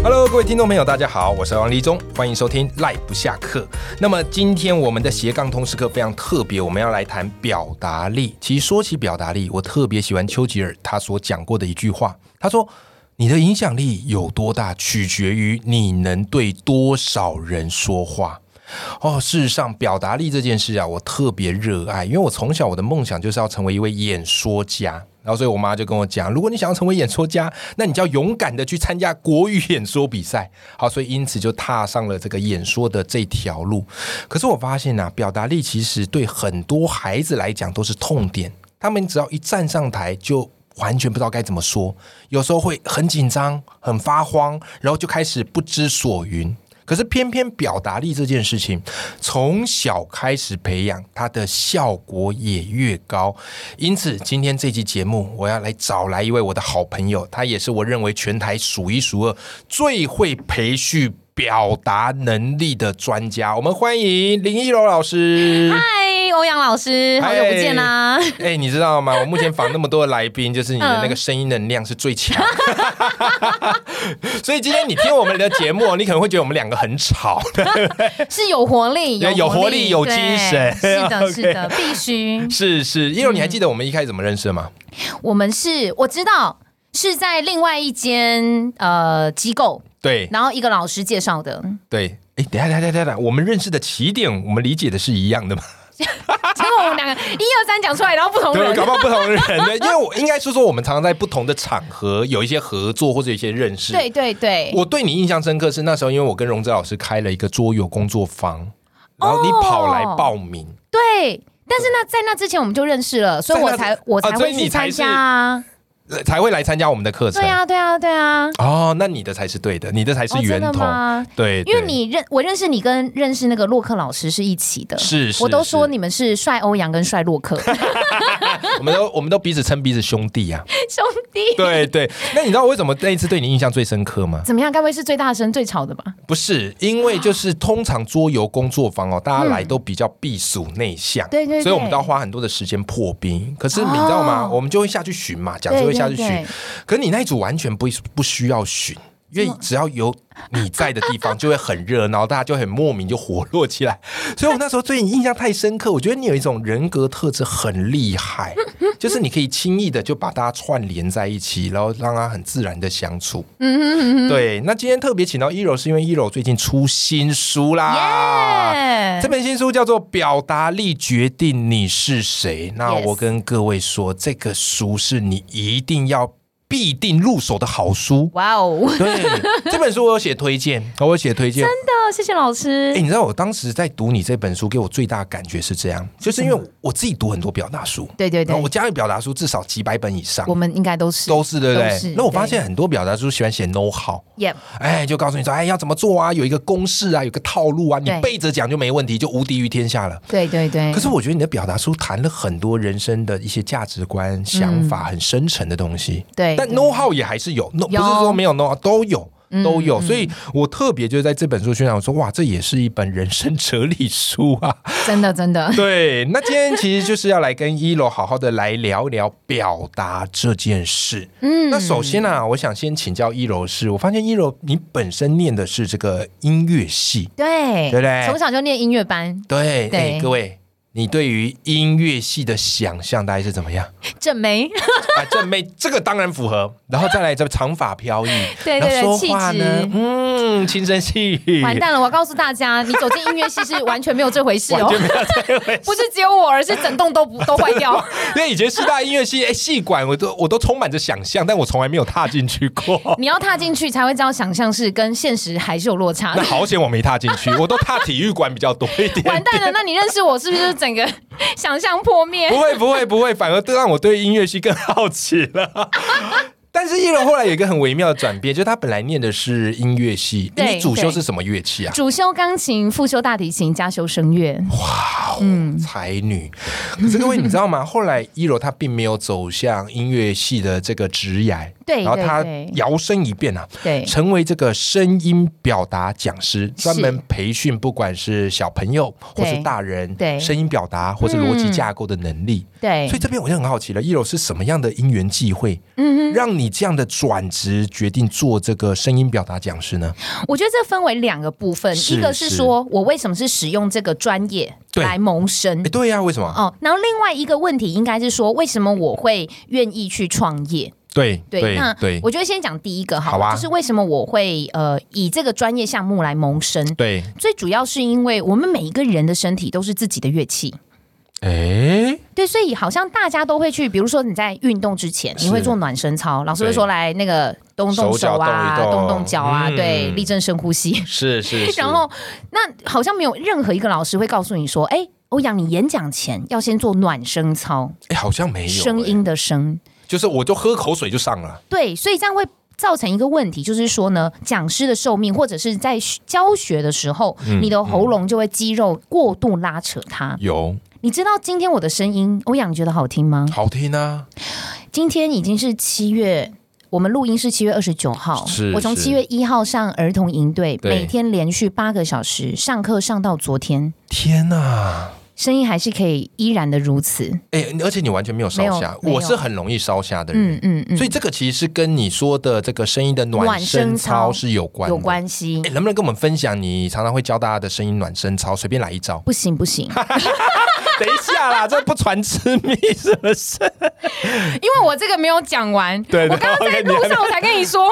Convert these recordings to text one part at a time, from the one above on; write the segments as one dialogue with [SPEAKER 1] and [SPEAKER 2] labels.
[SPEAKER 1] Hello，各位听众朋友，大家好，我是王立忠，欢迎收听《赖不下课》。那么今天我们的斜杠通识课非常特别，我们要来谈表达力。其实说起表达力，我特别喜欢丘吉尔他所讲过的一句话，他说：“你的影响力有多大，取决于你能对多少人说话。”哦，事实上，表达力这件事啊，我特别热爱，因为我从小我的梦想就是要成为一位演说家。然后，所以我妈就跟我讲，如果你想要成为演说家，那你就要勇敢的去参加国语演说比赛。好，所以因此就踏上了这个演说的这条路。可是我发现啊，表达力其实对很多孩子来讲都是痛点，他们只要一站上台就。完全不知道该怎么说，有时候会很紧张、很发慌，然后就开始不知所云。可是偏偏表达力这件事情，从小开始培养，它的效果也越高。因此，今天这期节目，我要来找来一位我的好朋友，他也是我认为全台数一数二最会培训表达能力的专家。我们欢迎林一柔老师。
[SPEAKER 2] 嗨，欧阳老师，好久不见 啊啦！
[SPEAKER 1] 哎、你知道吗？我目前访那么多的来宾，就是你的那个声音能量是最强。所以今天你听我们的节目，你可能会觉得我们两个很吵。
[SPEAKER 2] 是有活力，
[SPEAKER 1] 对 有活力有精神
[SPEAKER 2] 对 是的，
[SPEAKER 1] OK
[SPEAKER 2] 是的，必须。
[SPEAKER 1] 是是，一柔，
[SPEAKER 2] 嗯
[SPEAKER 1] 你还记得我们一开始怎么认识的吗？
[SPEAKER 2] 我们是，我知道是在另外一间呃机构，
[SPEAKER 1] 对
[SPEAKER 2] 然后一个老师介绍的，
[SPEAKER 1] 对，哎，等一下等一下等一下等一下，我们认识的起点，我们理解的是一样的吗？
[SPEAKER 2] 结果我们两个一二三讲出来，然后不同
[SPEAKER 1] 对，
[SPEAKER 2] 人
[SPEAKER 1] 搞。不好不同人， 对，因为我应该是说我们常常在不同的场合有一些合作或者有一些认识。
[SPEAKER 2] 对，对对，
[SPEAKER 1] 我对你印象深刻是那时候，因为我跟荣哲老师开了一个桌游工作坊，然后你
[SPEAKER 2] 哦
[SPEAKER 1] 跑来报名。
[SPEAKER 2] 对。但是那在那之前我们就认识了，所以我才
[SPEAKER 1] 在那
[SPEAKER 2] 我才
[SPEAKER 1] 啊所以
[SPEAKER 2] 会
[SPEAKER 1] 你
[SPEAKER 2] 去
[SPEAKER 1] 才
[SPEAKER 2] 参
[SPEAKER 1] 是
[SPEAKER 2] 加啊。
[SPEAKER 1] 呃才会来参加我们的课程。
[SPEAKER 2] 对啊，对啊，对啊。
[SPEAKER 1] 哦，那你的才是对的，你的才是
[SPEAKER 2] 哦
[SPEAKER 1] 源
[SPEAKER 2] 真的
[SPEAKER 1] 头。
[SPEAKER 2] 吗
[SPEAKER 1] 对，
[SPEAKER 2] 因为
[SPEAKER 1] 对
[SPEAKER 2] 你认我认识你跟认识那个洛克老师是一起的，
[SPEAKER 1] 是是
[SPEAKER 2] 我都
[SPEAKER 1] 是
[SPEAKER 2] 说你们是帅欧阳跟帅洛克
[SPEAKER 1] 我们都我们都彼此称彼此兄弟 啊。
[SPEAKER 2] 兄弟。
[SPEAKER 1] 对对，那你知道为什么那一次对你印象最深刻吗？
[SPEAKER 2] 怎么样？该不会是最大声、最吵的吧？
[SPEAKER 1] 不是，因为就是通常桌游工作坊哦，大家来都比较避暑内向，
[SPEAKER 2] 嗯对对对
[SPEAKER 1] 所以我们都要花很多的时间破冰。可是你知道吗？
[SPEAKER 2] 哦
[SPEAKER 1] 我们就会下去寻嘛，讲师会下去寻。
[SPEAKER 2] 对对对
[SPEAKER 1] 可是你那一组完全不不需要寻。因为只要有你在的地方，就会很热闹，大家就很莫名就活络起 来。所以我那时候对你印象太深刻，我觉得你有一种人格特质很厉害，就是你可以轻易的就把大家串联在一起，然后让他很自然的相处。
[SPEAKER 2] 嗯
[SPEAKER 1] 对，那今天特别请到一 E 柔，是因为一柔最近出新书啦。
[SPEAKER 2] 耶
[SPEAKER 1] 这本新书叫做《表达力决定你是谁》。那
[SPEAKER 2] Yes。
[SPEAKER 1] 我跟各位说，这个书是你一定要必定入手的好书
[SPEAKER 2] 哇哦！
[SPEAKER 1] 对，这本书我有写推 荐，我有写推荐。
[SPEAKER 2] 真的，哦谢谢老师。
[SPEAKER 1] 哎，你知道我当时在读你这本书，给我最大的感觉是这样，就是因为我自己读很多表达书，
[SPEAKER 2] 嗯对对
[SPEAKER 1] 然后
[SPEAKER 2] 对
[SPEAKER 1] 我，家里表达书至少几百本以上
[SPEAKER 2] 我，们应该都是
[SPEAKER 1] 都是对不
[SPEAKER 2] 都
[SPEAKER 1] 对
[SPEAKER 2] 是？
[SPEAKER 1] 那我发
[SPEAKER 2] 对
[SPEAKER 1] 现很多表达书喜欢写 know how。
[SPEAKER 2] 耶。
[SPEAKER 1] 哎，就告诉你说，哎，要怎么做啊？有一个公式啊，有个套路啊，你
[SPEAKER 2] 对
[SPEAKER 1] 背着讲就没问题，就无敌于天下了。
[SPEAKER 2] 对对对
[SPEAKER 1] 可。是我觉得你的表达书谈了很多人生的一些价值观、想法，很深沉的东西。
[SPEAKER 2] 对
[SPEAKER 1] 但
[SPEAKER 2] 对
[SPEAKER 1] know how 也还是有，no 不
[SPEAKER 2] 嗯有
[SPEAKER 1] 是说没有 know how 都有。
[SPEAKER 2] 嗯
[SPEAKER 1] 都有，
[SPEAKER 2] 嗯
[SPEAKER 1] 所以我特别就在这本书宣传，我说哇，这也是一本人生哲理书啊。
[SPEAKER 2] 真的真的，
[SPEAKER 1] 对，那今天其实就是要来跟一楼好好的来聊一聊表达这件事。
[SPEAKER 2] 嗯
[SPEAKER 1] 那首先呢、啊我想先请教一柔是，我发现一柔你本身念的是这个音乐系，
[SPEAKER 2] 对
[SPEAKER 1] 对不对
[SPEAKER 2] 从小就念音乐班，
[SPEAKER 1] 对，
[SPEAKER 2] 对
[SPEAKER 1] 哎各位，你对于音乐系的想象大概是怎么样？
[SPEAKER 2] 正梅，
[SPEAKER 1] 啊，正妹这个当然符合，然后再来这个长发飘逸，
[SPEAKER 2] 对对
[SPEAKER 1] 然后
[SPEAKER 2] 对，
[SPEAKER 1] 说
[SPEAKER 2] 气
[SPEAKER 1] 话呢，
[SPEAKER 2] 质。
[SPEAKER 1] 嗯，轻声细语，
[SPEAKER 2] 完蛋了！我要告诉大家，你走进音乐系是完全没有这回事哦
[SPEAKER 1] 完，全没有这回事。
[SPEAKER 2] 不是只有我，而是整栋都不都坏 掉。
[SPEAKER 1] 因为以前师大音乐系哎戏馆，我都我都充满着想象，但我从来没有踏进去过。
[SPEAKER 2] 你要踏进去才会知道，想象是跟现实还是有落差
[SPEAKER 1] 那
[SPEAKER 2] 的。
[SPEAKER 1] 好险我没踏进去，我都踏体育馆比较多一
[SPEAKER 2] 完
[SPEAKER 1] 点。
[SPEAKER 2] 蛋了！那你认识我是不是就整个想象破灭
[SPEAKER 1] 不？会不会不会，反而让我对音乐系更好奇了。但是艺柔后来有一个很微妙的转变，就是他本来念的是音乐系，
[SPEAKER 2] 对
[SPEAKER 1] 你主修
[SPEAKER 2] 对
[SPEAKER 1] 是什么乐器啊？
[SPEAKER 2] 主修钢琴，副修大提琴，加修声乐。
[SPEAKER 1] 哇
[SPEAKER 2] 嗯
[SPEAKER 1] 哦，才女！可是各位，你知道吗？后来一柔她并没有走向音乐系的这个职涯，
[SPEAKER 2] 对
[SPEAKER 1] 然后
[SPEAKER 2] 对
[SPEAKER 1] 她
[SPEAKER 2] 对
[SPEAKER 1] 摇身一变啊，
[SPEAKER 2] 对
[SPEAKER 1] 成为这个声音表达讲师，
[SPEAKER 2] 是
[SPEAKER 1] 专门培训不管是小朋友或
[SPEAKER 2] 对
[SPEAKER 1] 是大人，
[SPEAKER 2] 对嗯
[SPEAKER 1] 声音表达或是逻辑架构的能力。
[SPEAKER 2] 对
[SPEAKER 1] 所以，这边我就很好奇了，一柔是什么样的因缘际会，
[SPEAKER 2] 嗯
[SPEAKER 1] 让你这样的转职决定做这个声音表达讲师呢？
[SPEAKER 2] 我觉得这分为两个部分，
[SPEAKER 1] 是
[SPEAKER 2] 一个是
[SPEAKER 1] 是
[SPEAKER 2] 说我为什么是使用这个专业
[SPEAKER 1] 对
[SPEAKER 2] 来谋生
[SPEAKER 1] 哎，。对呀、为什么？
[SPEAKER 2] 哦，然后另外一个问题应该是说，为什么我会愿意去创业？
[SPEAKER 1] 对
[SPEAKER 2] 对，那
[SPEAKER 1] 对
[SPEAKER 2] 我觉得先讲第一个好
[SPEAKER 1] 好
[SPEAKER 2] 了，
[SPEAKER 1] 啊
[SPEAKER 2] 就是为什么我会呃以这个专业项目来谋生。
[SPEAKER 1] 对，
[SPEAKER 2] 最主要是因为我们每一个人的身体都是自己的乐器，
[SPEAKER 1] 哎、
[SPEAKER 2] 对，所以好像大家都会去，比如说你在运动之前，你会
[SPEAKER 1] 是
[SPEAKER 2] 做暖身操，老师会
[SPEAKER 1] 对
[SPEAKER 2] 说来那个动动
[SPEAKER 1] 手脚动
[SPEAKER 2] 啊，
[SPEAKER 1] 一动
[SPEAKER 2] 动动脚啊，
[SPEAKER 1] 嗯
[SPEAKER 2] 对，立正深呼吸。
[SPEAKER 1] 是是是
[SPEAKER 2] 然后那好像没有任何一个老师会告诉你说，哎、欧阳，你演讲前要先做暖身操，
[SPEAKER 1] 哎、好像没有、
[SPEAKER 2] 声音的声，
[SPEAKER 1] 哎，就是我就喝口水就上了。
[SPEAKER 2] 对，所以这样会。造成一个问题，就是说呢，讲师的寿命，或者是在教学的时候，
[SPEAKER 1] 嗯
[SPEAKER 2] 你的喉咙就会肌肉过度拉扯它。
[SPEAKER 1] 有
[SPEAKER 2] 你知道今天我的声音，欧阳，你觉得好听吗？
[SPEAKER 1] 好听啊，
[SPEAKER 2] 今天已经是七月，我们录音是七月二十九号
[SPEAKER 1] 是。
[SPEAKER 2] 我从
[SPEAKER 1] 是
[SPEAKER 2] 七月一号上儿童营队，
[SPEAKER 1] 对
[SPEAKER 2] 每天连续八个小时上课，上到昨天，
[SPEAKER 1] 天哪、
[SPEAKER 2] 声音还是可以依然的如此。
[SPEAKER 1] 哎、而且你完全没有烧
[SPEAKER 2] 没
[SPEAKER 1] 瞎
[SPEAKER 2] 有，没有
[SPEAKER 1] 我是很容易烧瞎的人。
[SPEAKER 2] 嗯嗯嗯，
[SPEAKER 1] 所以这个其实是跟你说的这个声音的暖身操是有关的
[SPEAKER 2] 有。关系。
[SPEAKER 1] 哎、。能不能跟我们分享你常常会教大家的声音暖身操？随便来一招
[SPEAKER 2] 不行不行，
[SPEAKER 1] 等一下啦，这不传之秘是不是？
[SPEAKER 2] 因为我这个没有讲完。
[SPEAKER 1] 对对
[SPEAKER 2] 我刚刚在路上我才跟 你说，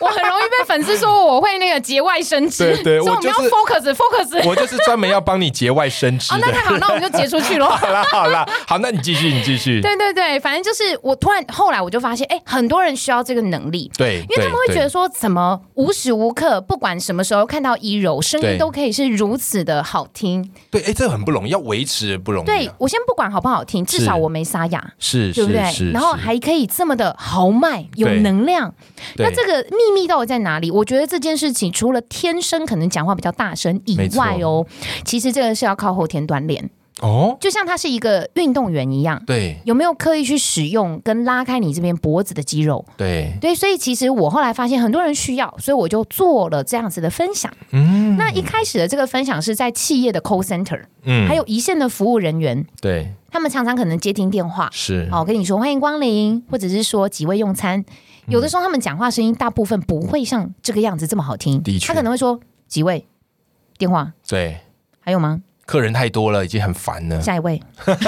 [SPEAKER 2] 我很容易被粉丝说我会那个节外生枝。
[SPEAKER 1] 对对
[SPEAKER 2] 所以
[SPEAKER 1] 我
[SPEAKER 2] 我们要
[SPEAKER 1] 就是
[SPEAKER 2] focus focus。
[SPEAKER 1] 我就是专门要帮你节外生枝
[SPEAKER 2] 哦，
[SPEAKER 1] 的
[SPEAKER 2] 那。太好，那我们就结出去 喽。
[SPEAKER 1] 好啦好啦，好，那你继续，你继续。
[SPEAKER 2] 对对对，反正就是我突然后来我就发现，哎、很多人需要这个能力，
[SPEAKER 1] 对，
[SPEAKER 2] 因为他们会
[SPEAKER 1] 对
[SPEAKER 2] 觉得说，怎么无时无刻，不管什么时候看到一柔，声
[SPEAKER 1] 对
[SPEAKER 2] 音都可以是如此的好听。
[SPEAKER 1] 对，哎、这很不容易，要维持不容易、啊。
[SPEAKER 2] 对我先不管好不好听，至少我没沙哑，
[SPEAKER 1] 是，
[SPEAKER 2] 对不对
[SPEAKER 1] 是是？
[SPEAKER 2] 然后
[SPEAKER 1] 是
[SPEAKER 2] 还可以这么的豪迈，有
[SPEAKER 1] 对
[SPEAKER 2] 能量。
[SPEAKER 1] 对
[SPEAKER 2] 那这个秘密到底在哪里？我觉得这件事情除了天生可能讲话比较大声以
[SPEAKER 1] 没错
[SPEAKER 2] 外哦，其实这个是要靠后天锻炼，
[SPEAKER 1] 哦，
[SPEAKER 2] 就像他是一个运动员一样。
[SPEAKER 1] 对
[SPEAKER 2] 有没有刻意去使用跟拉开你这边脖子的肌肉？
[SPEAKER 1] 对，
[SPEAKER 2] 对，所以其实我后来发现很多人需要，所以我就做了这样子的分享。
[SPEAKER 1] 嗯
[SPEAKER 2] 那一开始的这个分享是在企业的 call center，、
[SPEAKER 1] 嗯
[SPEAKER 2] 还有一线的服务人员，
[SPEAKER 1] 对
[SPEAKER 2] 他们常常可能接听电话，
[SPEAKER 1] 是
[SPEAKER 2] 哦，跟你说欢迎光临，或者是说几位用餐。有
[SPEAKER 1] 嗯
[SPEAKER 2] 的时候他们讲话声音大部分不会像这个样子这么好听，
[SPEAKER 1] 的确
[SPEAKER 2] 他可能会说几位电话
[SPEAKER 1] 对，
[SPEAKER 2] 还有吗？
[SPEAKER 1] 客人太多了，已经很烦了。
[SPEAKER 2] 下一 位，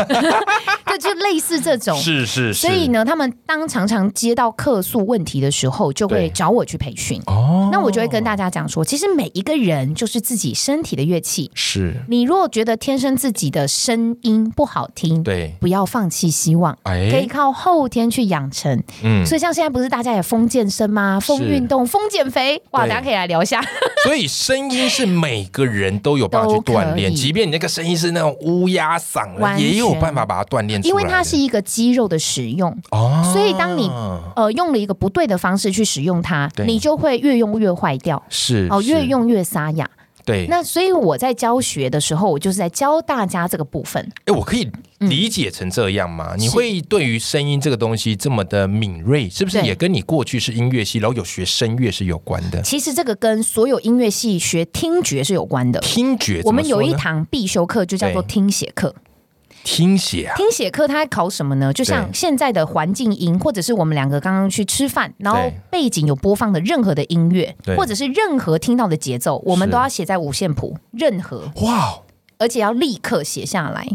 [SPEAKER 2] 对，就类似这种。
[SPEAKER 1] 是是
[SPEAKER 2] 所以呢，他们当常常接到客诉问题的时候，就
[SPEAKER 1] 对
[SPEAKER 2] 会找我去培训。
[SPEAKER 1] 哦，
[SPEAKER 2] 那我就会跟大家讲说，其实每一个人就是自己身体的乐器。
[SPEAKER 1] 是
[SPEAKER 2] 你如果觉得天生自己的声音不好听，
[SPEAKER 1] 对，
[SPEAKER 2] 不要放弃希望。可以
[SPEAKER 1] 哎，
[SPEAKER 2] 靠后天去养成，
[SPEAKER 1] 嗯，
[SPEAKER 2] 所以像现在不是大家也疯健身吗？疯运动、疯减肥，哇，
[SPEAKER 1] 对
[SPEAKER 2] 大家可以来聊 一下。
[SPEAKER 1] 所以声音是每个人都有办法去
[SPEAKER 2] 都可
[SPEAKER 1] 锻炼，
[SPEAKER 2] 以
[SPEAKER 1] 即便你那个声音是那种乌鸦嗓了，
[SPEAKER 2] 完
[SPEAKER 1] 也有
[SPEAKER 2] 全
[SPEAKER 1] 办法把它锻炼出来的。
[SPEAKER 2] 因为它是一个肌肉的使用，
[SPEAKER 1] 哦，
[SPEAKER 2] 所以当你呃用了一个不对的方式去使用它
[SPEAKER 1] 对，
[SPEAKER 2] 你就会越用越坏掉，
[SPEAKER 1] 是
[SPEAKER 2] 哦，
[SPEAKER 1] 是哎
[SPEAKER 2] 越用越沙哑。
[SPEAKER 1] 对，
[SPEAKER 2] 那所以我在教学的时候，我就是在教大家这个部分。
[SPEAKER 1] 哎，我可以
[SPEAKER 2] 嗯
[SPEAKER 1] 理解成这样吗？你会对于声音这个东西这么的敏锐，是不是
[SPEAKER 2] 对
[SPEAKER 1] 也跟你过去是音乐系，然后有学声乐是有关的？
[SPEAKER 2] 其实这个跟所有音乐系学听觉是有关的。
[SPEAKER 1] 听觉怎
[SPEAKER 2] 我
[SPEAKER 1] 么
[SPEAKER 2] 们
[SPEAKER 1] 说呢，
[SPEAKER 2] 有一堂必修课就叫做
[SPEAKER 1] 对
[SPEAKER 2] 听写课。
[SPEAKER 1] 听写啊，
[SPEAKER 2] 听写课它在考什么呢？就像现在的环境音，或者是我们两个刚刚去吃饭，然后背景有播放的任何的音乐
[SPEAKER 1] 对，
[SPEAKER 2] 或者是任何听到的节奏，我们
[SPEAKER 1] 是
[SPEAKER 2] 都要写在五线谱，任何，
[SPEAKER 1] 哇，
[SPEAKER 2] 而且要立刻写下来。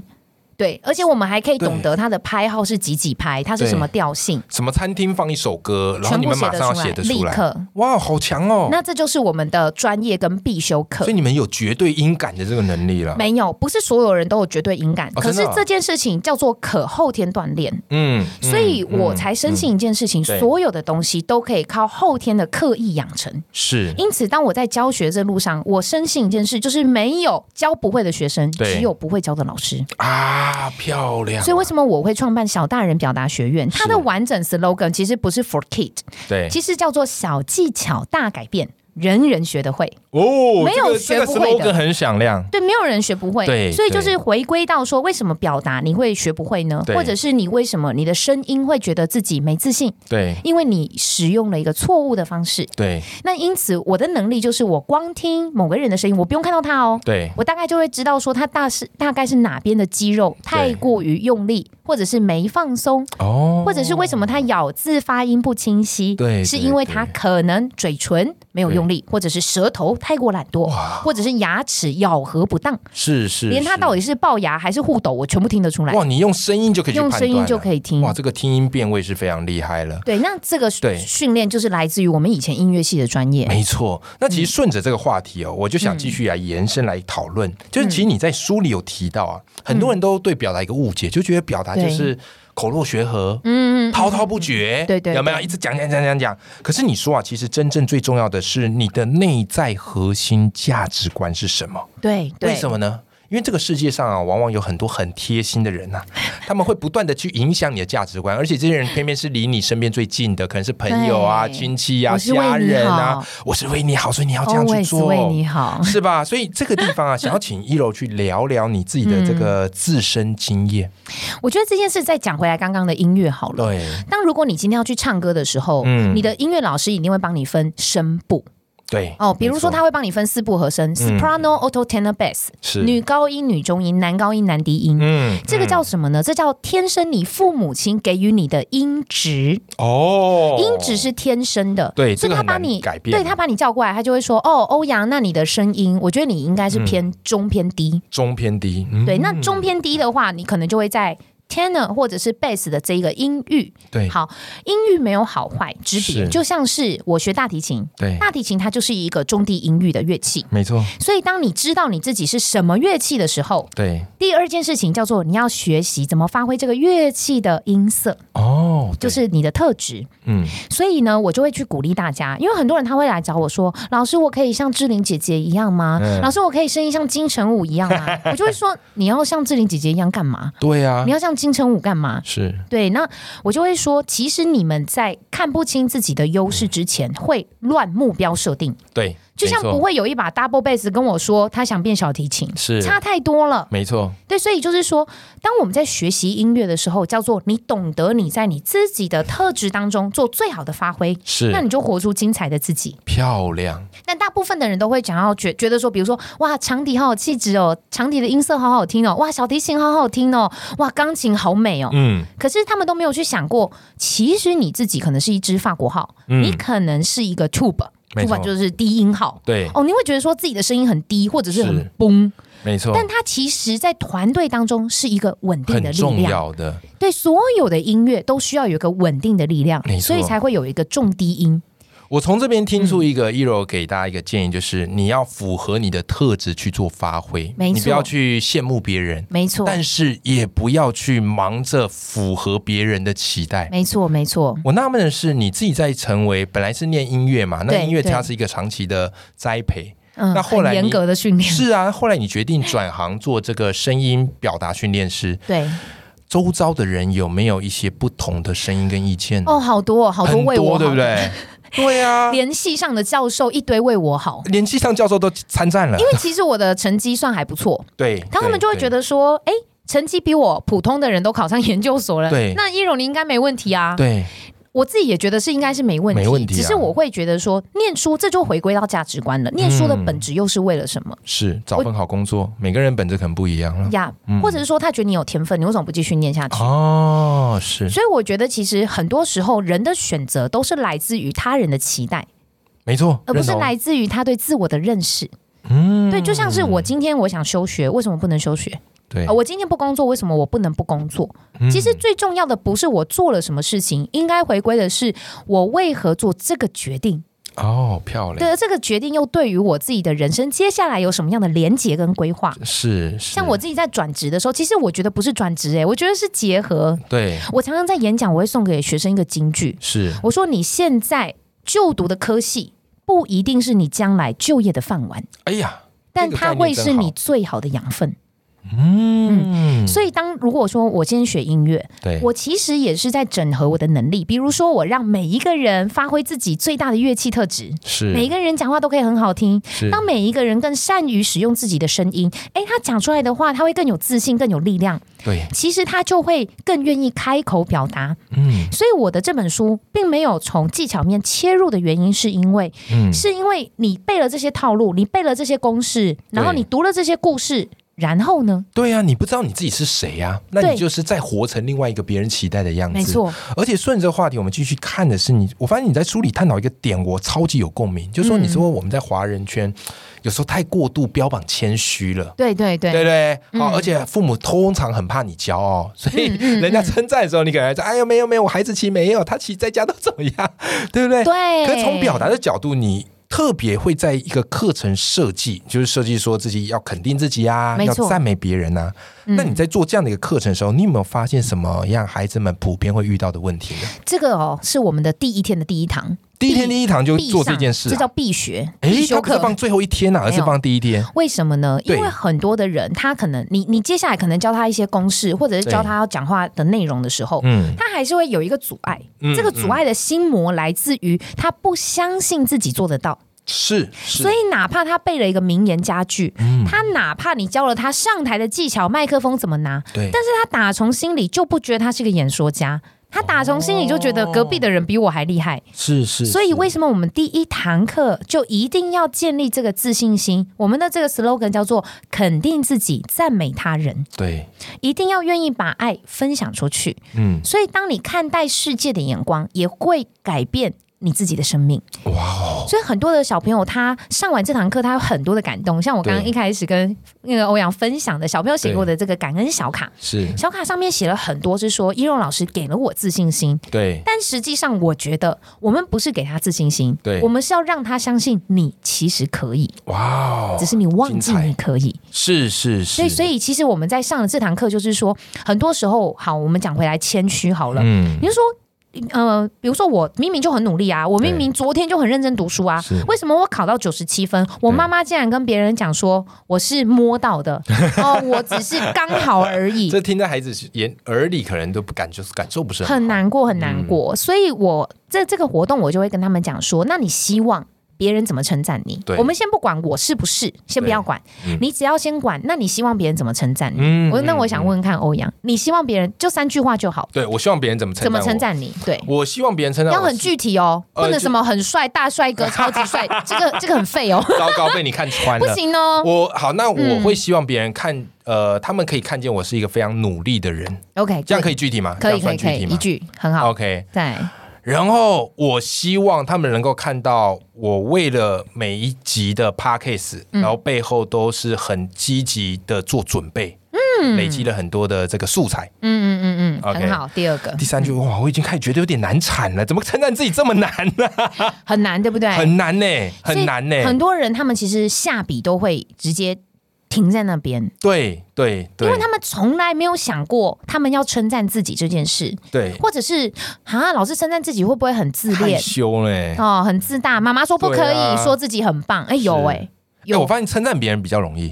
[SPEAKER 2] 对，而且我们还可以懂得它的拍号是几几拍，它是
[SPEAKER 1] 对
[SPEAKER 2] 什么调性，
[SPEAKER 1] 什么餐厅放一首歌，然后
[SPEAKER 2] 全
[SPEAKER 1] 你
[SPEAKER 2] 部
[SPEAKER 1] 们
[SPEAKER 2] 写
[SPEAKER 1] 马
[SPEAKER 2] 得
[SPEAKER 1] 上要写得
[SPEAKER 2] 立
[SPEAKER 1] 出来，
[SPEAKER 2] 刻。
[SPEAKER 1] 哇，好强哦！
[SPEAKER 2] 那这就是我们的专业跟必修课
[SPEAKER 1] 所以。你们有绝对音感的这个能力了。
[SPEAKER 2] 没有，不是所有人都有绝对音感，
[SPEAKER 1] 啊哦
[SPEAKER 2] 可
[SPEAKER 1] 真的
[SPEAKER 2] 是
[SPEAKER 1] 啊
[SPEAKER 2] 这件事情叫做可后天锻炼，
[SPEAKER 1] 嗯，嗯
[SPEAKER 2] 所以我才深信一件事情：
[SPEAKER 1] 对
[SPEAKER 2] 所有的东西都可以靠后天的刻意养
[SPEAKER 1] 嗯
[SPEAKER 2] 成。
[SPEAKER 1] 是
[SPEAKER 2] 因此，当我在教学这路上，我深信一件事，就是没有教不会的学生，
[SPEAKER 1] 对
[SPEAKER 2] 只有不会教的老师。
[SPEAKER 1] 啊，啊，漂亮啊！
[SPEAKER 2] 所以为什么我会创办小大人表达学院？它的
[SPEAKER 1] 是
[SPEAKER 2] 完整 slogan 其实不是 for kid，
[SPEAKER 1] 对
[SPEAKER 2] 其实叫做小技巧大改变，人人学得会。
[SPEAKER 1] 哦，
[SPEAKER 2] 没有
[SPEAKER 1] 这个
[SPEAKER 2] 学不会
[SPEAKER 1] 这
[SPEAKER 2] 的
[SPEAKER 1] 个 slogan 很响亮。
[SPEAKER 2] 对，没有人学不会。
[SPEAKER 1] 对
[SPEAKER 2] 所以就
[SPEAKER 1] 对
[SPEAKER 2] 是回归到说，为什么表达你会学不会呢？
[SPEAKER 1] 对
[SPEAKER 2] 或者是你为什么你的声音会觉得自己没自信？
[SPEAKER 1] 对
[SPEAKER 2] 因为你使用了一个错误的方式。
[SPEAKER 1] 对
[SPEAKER 2] 那因此，我的能力就是我光听某个人的声音，我不用看到他哦。
[SPEAKER 1] 对
[SPEAKER 2] 我大概就会知道说他大是大概是哪边的肌肉太过于用力，或者是没放松，
[SPEAKER 1] 哦，
[SPEAKER 2] 或者是为什么他咬字发音不清晰，
[SPEAKER 1] 对
[SPEAKER 2] 是
[SPEAKER 1] 对
[SPEAKER 2] 因为
[SPEAKER 1] 对
[SPEAKER 2] 他可能嘴唇没有用力，或者是舌头太过懒惰，或者是牙齿咬合不当，
[SPEAKER 1] 是是
[SPEAKER 2] 连他到
[SPEAKER 1] 底
[SPEAKER 2] 底是龅牙还是护斗，我全部听得出来，
[SPEAKER 1] 哇，你用声音就可以去
[SPEAKER 2] 用
[SPEAKER 1] 判
[SPEAKER 2] 声音
[SPEAKER 1] 断
[SPEAKER 2] 就
[SPEAKER 1] 了
[SPEAKER 2] 可以听
[SPEAKER 1] 哇，。这个听音辨位是非常厉害了。
[SPEAKER 2] 对，那这个
[SPEAKER 1] 对
[SPEAKER 2] 训练就是来自于我们以前音乐系的专业。
[SPEAKER 1] 没错，那其实顺着这个话题哦，我就想继续来延伸来讨论，就是其实你在书里有提到啊，很多人都对表达一个误解，就觉得表达就是口若悬河，嗯，滔滔不绝，
[SPEAKER 2] 对对
[SPEAKER 1] 有没有
[SPEAKER 2] 对
[SPEAKER 1] 一直讲讲讲讲讲？可是你说啊，其实真正最重要的是你的内在核心价值观是什么？
[SPEAKER 2] 对对，
[SPEAKER 1] 为什么呢？因为这个世界上啊，往往有很多很贴心的人 呐、他们会不断的去影响你的价值观，而且这些人偏偏是离你身边最近的，可能是朋友啊、
[SPEAKER 2] 对
[SPEAKER 1] 亲戚啊、
[SPEAKER 2] 我是为你
[SPEAKER 1] 家人啊
[SPEAKER 2] 好。哦
[SPEAKER 1] 我是为你好，所以你要这样去
[SPEAKER 2] always
[SPEAKER 1] 做，
[SPEAKER 2] 为你 好。
[SPEAKER 1] 是吧？所以这个地方啊，想要请一楼去聊聊你自己的这个自身经 验。
[SPEAKER 2] 我觉得这件事再讲回来刚刚的音乐好了。
[SPEAKER 1] 对，
[SPEAKER 2] 当如果你今天要去唱歌的时候，
[SPEAKER 1] 嗯
[SPEAKER 2] 你的音乐老师一定会帮你分声部
[SPEAKER 1] 对，
[SPEAKER 2] 哦，比如说
[SPEAKER 1] 没错嗯
[SPEAKER 2] 他会帮你分四部和声、s o p r a n o alto、tenor、bass，
[SPEAKER 1] 是
[SPEAKER 2] 女高音、女中音、男高音、男低音。
[SPEAKER 1] 嗯
[SPEAKER 2] 这个叫什么呢？这叫天生你父母亲给予你的音质，
[SPEAKER 1] 哦，
[SPEAKER 2] 音质是天生的。
[SPEAKER 1] 对这
[SPEAKER 2] 所以
[SPEAKER 1] 个
[SPEAKER 2] 他
[SPEAKER 1] 很
[SPEAKER 2] 把
[SPEAKER 1] 难
[SPEAKER 2] 你
[SPEAKER 1] 改变啊
[SPEAKER 2] 对他把你叫过来，他就会说：“哦，欧阳，那你的声音，我觉得你应该是偏中偏低。
[SPEAKER 1] 中偏低，嗯，
[SPEAKER 2] 对，那中偏低的话，你可能就会在 tenor 或者是 bass 的这一个音域。
[SPEAKER 1] 对
[SPEAKER 2] 好，音域没有好坏之别，
[SPEAKER 1] 是
[SPEAKER 2] 就像是我学大提琴，
[SPEAKER 1] 对，
[SPEAKER 2] 大提琴它就是一个中低音域的乐器。
[SPEAKER 1] 没错，
[SPEAKER 2] 所以，当你知道你自己是什么乐器的时候，
[SPEAKER 1] 对，
[SPEAKER 2] 第二件事情叫做你要学习怎么发挥这个乐器的音色，
[SPEAKER 1] 哦，对
[SPEAKER 2] 就是你的特质。
[SPEAKER 1] 嗯，
[SPEAKER 2] 所以呢，我就会去鼓励大家，因为很多人他会来找我说：“老师，我可以像志玲姐姐一样吗？
[SPEAKER 1] 嗯
[SPEAKER 2] 老师，我可以声音像金城武一样 吗？”我就会说：“你要像志玲姐姐一样干嘛？
[SPEAKER 1] 对啊
[SPEAKER 2] 你，要像金城武干嘛？”
[SPEAKER 1] 是
[SPEAKER 2] 对，那我就会说，其实你们在看不清自己的优势之前，会乱目标设定，
[SPEAKER 1] 对，
[SPEAKER 2] 就像
[SPEAKER 1] 没错
[SPEAKER 2] 不会有一把 double bass 跟我说他想变小提琴，
[SPEAKER 1] 是
[SPEAKER 2] 差太多了。
[SPEAKER 1] 没错，
[SPEAKER 2] 对，所以就是说，当我们在学习音乐的时候，叫做你懂得你在你自己的特质当中做最好的发挥，
[SPEAKER 1] 是
[SPEAKER 2] 那你就活出精彩的自己。
[SPEAKER 1] 漂亮，
[SPEAKER 2] 但大部分的人都会想要觉觉得说，比如说，哇，长笛好有气质哦，长笛的音色好好听哦，哇，小提琴好好听哦，哇，钢琴好美哦。
[SPEAKER 1] 嗯
[SPEAKER 2] 可是他们都没有去想过，其实你自己可能是一支法国号，你
[SPEAKER 1] 嗯，
[SPEAKER 2] 可能是一个 tube，tube
[SPEAKER 1] 没错
[SPEAKER 2] 就是低音号。
[SPEAKER 1] 对，
[SPEAKER 2] 哦，你会觉得说自己的声音很低，或者是很
[SPEAKER 1] 是
[SPEAKER 2] 崩，
[SPEAKER 1] 没错，
[SPEAKER 2] 但它其实，在团队当中是一个稳定的
[SPEAKER 1] 很
[SPEAKER 2] 力
[SPEAKER 1] 重
[SPEAKER 2] 量。
[SPEAKER 1] 要的，
[SPEAKER 2] 对，所有的音乐都需要有一个稳定的力量
[SPEAKER 1] 没，错
[SPEAKER 2] 所以才会有一个重低音。
[SPEAKER 1] 我从这边听出一个一柔给大家一个建议，就是你要符合你的特质去做发挥，
[SPEAKER 2] 没错
[SPEAKER 1] 你不要去羡慕别人，
[SPEAKER 2] 没错，
[SPEAKER 1] 但是也不要去忙着符合别人的期待。
[SPEAKER 2] 没错，没错。
[SPEAKER 1] 我纳闷的是，你自己在成为本来是念音乐嘛，那
[SPEAKER 2] 对
[SPEAKER 1] 音乐它
[SPEAKER 2] 对
[SPEAKER 1] 是一个长期的栽培，
[SPEAKER 2] 嗯，
[SPEAKER 1] 那后来
[SPEAKER 2] 很
[SPEAKER 1] 你
[SPEAKER 2] 严格的训练，
[SPEAKER 1] 是啊，后来你决定转行做这个声音表达训练师，
[SPEAKER 2] 对
[SPEAKER 1] 周遭的人有没有一些不同的声音跟意见？
[SPEAKER 2] 哦，好多哦好多
[SPEAKER 1] 很
[SPEAKER 2] 为我好，
[SPEAKER 1] 对不？对？ 对啊，
[SPEAKER 2] 联系上的教授一堆为 我好，
[SPEAKER 1] 连系上教授都参战了
[SPEAKER 2] 因，为其实我的成绩算还不错，
[SPEAKER 1] 对，
[SPEAKER 2] 他们就会觉
[SPEAKER 1] 得
[SPEAKER 2] 得说，哎。成绩比我普通的人都考上研究所了，
[SPEAKER 1] 对
[SPEAKER 2] 那一荣你应该没问题啊。
[SPEAKER 1] 对
[SPEAKER 2] 我自己也觉得是应该是没问题，
[SPEAKER 1] 没问题啊嗯
[SPEAKER 2] 只是我会觉得说，念书这就回归到价值观了。念书的本质又是为了什么
[SPEAKER 1] 是找份好工作，每个人本质可能不一样了。
[SPEAKER 2] 呀？或者是说，他觉得你有天分，你为什么不继续念下去？
[SPEAKER 1] 哦，是
[SPEAKER 2] 所以我觉得，其实很多时候人的选择都是来自于他人的期待，
[SPEAKER 1] 没错，
[SPEAKER 2] 而不是
[SPEAKER 1] 认同
[SPEAKER 2] 来自于他对自我的认识。
[SPEAKER 1] 嗯
[SPEAKER 2] 对，就像是我今天我想休学，为什么不能休学？
[SPEAKER 1] 对嗯
[SPEAKER 2] 呃，我今天不工作，为什么我不能不工作？其实最重要的不是我做了什么事情，应该回归的是我为何做这个决定。
[SPEAKER 1] 哦，漂
[SPEAKER 2] 对，
[SPEAKER 1] 亮，
[SPEAKER 2] 而这个决定又对于我自己的人生接下来有什么样的连结跟规划？
[SPEAKER 1] 是是
[SPEAKER 2] 像我自己在转职的时候，其实我觉得不是转职，欸诶，我觉得是结合。
[SPEAKER 1] 对
[SPEAKER 2] 我常常在演讲，我会送给学生一个金句，
[SPEAKER 1] 是
[SPEAKER 2] 我说你现在就读的科系不一定是你将来就业的饭碗，
[SPEAKER 1] 哎呀，
[SPEAKER 2] 但
[SPEAKER 1] 这个
[SPEAKER 2] 它
[SPEAKER 1] 概念
[SPEAKER 2] 会
[SPEAKER 1] 真
[SPEAKER 2] 是
[SPEAKER 1] 好
[SPEAKER 2] 你最好的养分。
[SPEAKER 1] 嗯，
[SPEAKER 2] 所以当如果说我今天学音乐，
[SPEAKER 1] 对，
[SPEAKER 2] 我其实也是在整合我的能力，比如说我让每一个人发挥自己最大的乐器特质，
[SPEAKER 1] 是
[SPEAKER 2] 每一个人讲话都可以很好听。
[SPEAKER 1] 是
[SPEAKER 2] 当每一个人更善于使用自己的声音，诶，他讲出来的话，他会更有自信，更有力量。
[SPEAKER 1] 对，
[SPEAKER 2] 其实他就会更愿意开口表达。
[SPEAKER 1] 嗯
[SPEAKER 2] 所以我的这本书并没有从技巧面切入的原因，是因为
[SPEAKER 1] 嗯，
[SPEAKER 2] 是因为你背了这些套路，你背了这些公式，然后你读了这些故事，然后呢？
[SPEAKER 1] 对啊，你不知道你自己是谁呀、啊，那
[SPEAKER 2] 对
[SPEAKER 1] 你就是在活成另外一个别人期待的样子。
[SPEAKER 2] 没，错，
[SPEAKER 1] 而且顺着话题，我们继续看的是你，我发现你在书里探讨一个点，我超级有共鸣，就是说你说我们在华人圈有时候太过度标榜谦虚了。
[SPEAKER 2] 对对对，
[SPEAKER 1] 对不对，好、
[SPEAKER 2] 嗯
[SPEAKER 1] 而且父母通常很怕你骄傲，所以
[SPEAKER 2] 嗯嗯
[SPEAKER 1] 人家称赞的时候，你可能说：“哎呦，没有没有，我孩子其实没有，他其实在家都怎么样，对不对？”
[SPEAKER 2] 对。
[SPEAKER 1] 可是从表达的角度，你特别会在一个课程设计，就是设计说自己要肯定自己啊，
[SPEAKER 2] 没
[SPEAKER 1] 要
[SPEAKER 2] 错
[SPEAKER 1] 赞美别人啊。
[SPEAKER 2] 嗯
[SPEAKER 1] 那你在做这样的一个课程的时候，你有没有发现什么样孩子们普遍会遇到的问题呢？
[SPEAKER 2] 这个哦，是我们的第一天的第一堂，
[SPEAKER 1] 第一天第一堂就
[SPEAKER 2] 必
[SPEAKER 1] 做这
[SPEAKER 2] 上
[SPEAKER 1] 件事、
[SPEAKER 2] 这
[SPEAKER 1] 啊
[SPEAKER 2] 叫，必学必
[SPEAKER 1] 诶，
[SPEAKER 2] 修
[SPEAKER 1] 他不是
[SPEAKER 2] 课。
[SPEAKER 1] 放最后一天啊，而
[SPEAKER 2] 没有
[SPEAKER 1] 是放第一天。
[SPEAKER 2] 为什么呢？因
[SPEAKER 1] 对
[SPEAKER 2] 为很多的人，他可能你你接下来可能教他一些公式，或者是
[SPEAKER 1] 对
[SPEAKER 2] 教他要讲话的内容的时候，
[SPEAKER 1] 嗯，
[SPEAKER 2] 他还是会有一个阻碍。
[SPEAKER 1] 嗯
[SPEAKER 2] 哦这个阻碍的心魔来自于他不相信自己做得到，
[SPEAKER 1] 嗯是是，嗯
[SPEAKER 2] 所以哪怕他背了一个名言佳句，他哪怕你教了他上台的技巧、麦克风怎么拿，
[SPEAKER 1] 对，
[SPEAKER 2] 但是他打从心里就不觉得他是个演说家。他打从心里就觉得隔壁的人比我还厉害，
[SPEAKER 1] 是哦是
[SPEAKER 2] 所以
[SPEAKER 1] 是
[SPEAKER 2] 为什么我们第一堂课就一定要建立这个自信心？我们的这个 slogan 叫做“肯定自己，赞美他人
[SPEAKER 1] 对，”，
[SPEAKER 2] 一定要愿意把爱分享出去。
[SPEAKER 1] 嗯，
[SPEAKER 2] 所以，当你看待世界的眼光，也会改变你自己的生命。
[SPEAKER 1] 哇哦，
[SPEAKER 2] 所以，很多的小朋友他上完这堂课，他有很多的感动。像我刚刚
[SPEAKER 1] 对
[SPEAKER 2] 一开始跟那个欧阳分享的，小朋友写给
[SPEAKER 1] 对
[SPEAKER 2] 我的这个感恩小卡，
[SPEAKER 1] 是
[SPEAKER 2] 小卡上面写了很多，是说一荣老师给了我自信心。
[SPEAKER 1] 对
[SPEAKER 2] 但实际上，我觉得我们不是给他自信心，
[SPEAKER 1] 对
[SPEAKER 2] 我们是要让他相信你其实可以，
[SPEAKER 1] 哇哦
[SPEAKER 2] 只，是你忘记
[SPEAKER 1] 精彩
[SPEAKER 2] 你可以。
[SPEAKER 1] 是是是，
[SPEAKER 2] 所以，所以其实我们在上的这堂课，就是说，很多时候，好，我们讲回来谦虚好了，
[SPEAKER 1] 嗯
[SPEAKER 2] 你就说。呃，比如说我明明就很努力啊，我
[SPEAKER 1] 对
[SPEAKER 2] 明明昨天就很认真读书啊
[SPEAKER 1] 是，
[SPEAKER 2] 为什么我考到九十七分？我
[SPEAKER 1] 对
[SPEAKER 2] 妈妈竟然跟别人讲说我是摸 到的，哦，我只是刚好而已。
[SPEAKER 1] 这听在孩子眼耳里，可能都不感就是感受不是
[SPEAKER 2] 很
[SPEAKER 1] 好。
[SPEAKER 2] 难过，很难
[SPEAKER 1] 嗯
[SPEAKER 2] 过。所以我在这个活动，我就会跟他们讲说，那你希望。别人怎么称赞你
[SPEAKER 1] 对？
[SPEAKER 2] 我们先不管我是不是，先不要管
[SPEAKER 1] 嗯，
[SPEAKER 2] 你只要先管。那你希望别人怎么称赞你？
[SPEAKER 1] 嗯
[SPEAKER 2] 我那
[SPEAKER 1] 嗯
[SPEAKER 2] 我想问看欧阳，你希望别人就三句话就好，
[SPEAKER 1] 对我希望别人怎么称
[SPEAKER 2] 怎么
[SPEAKER 1] 我
[SPEAKER 2] 称？赞你？对，
[SPEAKER 1] 我希望别人称赞
[SPEAKER 2] 要
[SPEAKER 1] 我
[SPEAKER 2] 很
[SPEAKER 1] 是
[SPEAKER 2] 具体哦，
[SPEAKER 1] 呃
[SPEAKER 2] 不能
[SPEAKER 1] 就
[SPEAKER 2] 什么很帅、大 帅哥、超级帅，这个这个很废哦，
[SPEAKER 1] 糟糕，被你看穿
[SPEAKER 2] 不
[SPEAKER 1] 了。
[SPEAKER 2] 行哦。
[SPEAKER 1] 我好，那我
[SPEAKER 2] 嗯
[SPEAKER 1] 会希望别人看，呃，他们可以看见我是一个非常努力的人，
[SPEAKER 2] OK，
[SPEAKER 1] 这样可以具体吗？
[SPEAKER 2] 可以
[SPEAKER 1] 这
[SPEAKER 2] 可
[SPEAKER 1] 样算
[SPEAKER 2] 以可
[SPEAKER 1] 具
[SPEAKER 2] 以，
[SPEAKER 1] 体
[SPEAKER 2] 一
[SPEAKER 1] 吗
[SPEAKER 2] 句很好。
[SPEAKER 1] ？OK，
[SPEAKER 2] 对，
[SPEAKER 1] 然后我希望他们能够看到，我为了每一集的 podcast，、然
[SPEAKER 2] 嗯
[SPEAKER 1] 后背后都是很积极的做准备，嗯，累积了很多的这个素材。
[SPEAKER 2] 嗯嗯嗯嗯，
[SPEAKER 1] OK
[SPEAKER 2] 很好。第二个
[SPEAKER 1] 第三句，哇，我已经开始觉得有点难产了，怎么称赞自己这么难呢、
[SPEAKER 2] 很难，对不对？
[SPEAKER 1] 很难呢、
[SPEAKER 2] 所
[SPEAKER 1] 很
[SPEAKER 2] 以
[SPEAKER 1] 难呢、
[SPEAKER 2] 很多人他们其实下笔都会直接停在那边，
[SPEAKER 1] 对对
[SPEAKER 2] 因
[SPEAKER 1] 对
[SPEAKER 2] 为他们从来没有想过他们要称赞自己这件事，
[SPEAKER 1] 对，
[SPEAKER 2] 或者是啊，老师称赞自己会不会很自
[SPEAKER 1] 害
[SPEAKER 2] 恋
[SPEAKER 1] 羞嘞、
[SPEAKER 2] 哦，很自大？妈妈说不可以，
[SPEAKER 1] 对啊
[SPEAKER 2] 说自己很棒，哎、有哎、
[SPEAKER 1] 哎，我
[SPEAKER 2] 有。
[SPEAKER 1] 发现称赞别人比较容易，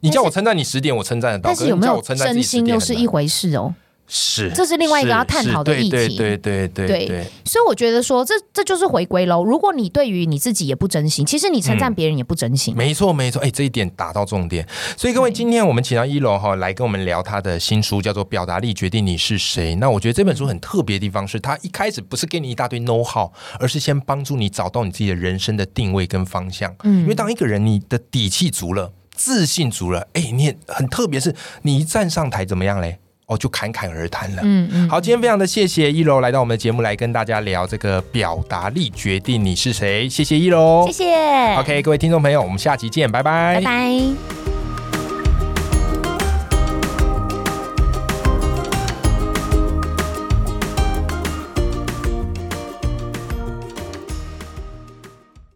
[SPEAKER 1] 你
[SPEAKER 2] 但
[SPEAKER 1] 叫
[SPEAKER 2] 是
[SPEAKER 1] 我称赞你十哎点，我称赞得到，
[SPEAKER 2] 但
[SPEAKER 1] 可
[SPEAKER 2] 是
[SPEAKER 1] 是
[SPEAKER 2] 有
[SPEAKER 1] 你
[SPEAKER 2] 没
[SPEAKER 1] 叫
[SPEAKER 2] 有
[SPEAKER 1] 我称赞
[SPEAKER 2] 真
[SPEAKER 1] 自己十
[SPEAKER 2] 心
[SPEAKER 1] 点
[SPEAKER 2] 又
[SPEAKER 1] 很
[SPEAKER 2] 是
[SPEAKER 1] 难
[SPEAKER 2] 一回事哦，
[SPEAKER 1] 是，
[SPEAKER 2] 这是另外一个要探讨的
[SPEAKER 1] 是
[SPEAKER 2] 议
[SPEAKER 1] 对
[SPEAKER 2] 题
[SPEAKER 1] 对对对对
[SPEAKER 2] 对
[SPEAKER 1] 对，
[SPEAKER 2] 所以我觉得说这这就是回归喽。如果你对于你自己也不真心，其实你称赞别人也不真心，
[SPEAKER 1] 嗯没错没错，哎，这一点打到重点。所以各位，今天我们请到一楼哈来跟我们聊他的新书，叫做《表达力决定你是谁》。那我觉得这本书很特别的地方是，它一开始不是给你一大堆 know how，而是先帮助你找到你自己的人生的定位跟方向。嗯，因为当一个人你的底气足了，自信足了，哎，你也很特别是，你一站上台怎么样嘞？哦，就侃侃而谈了。
[SPEAKER 2] 嗯嗯，
[SPEAKER 1] 好，今天非常的谢谢一楼来到我们的节目来跟大家聊这个表达力决定你是谁，谢谢一楼
[SPEAKER 2] 谢。谢
[SPEAKER 1] OK，各位听众朋友，我们下期见，拜
[SPEAKER 2] 拜拜。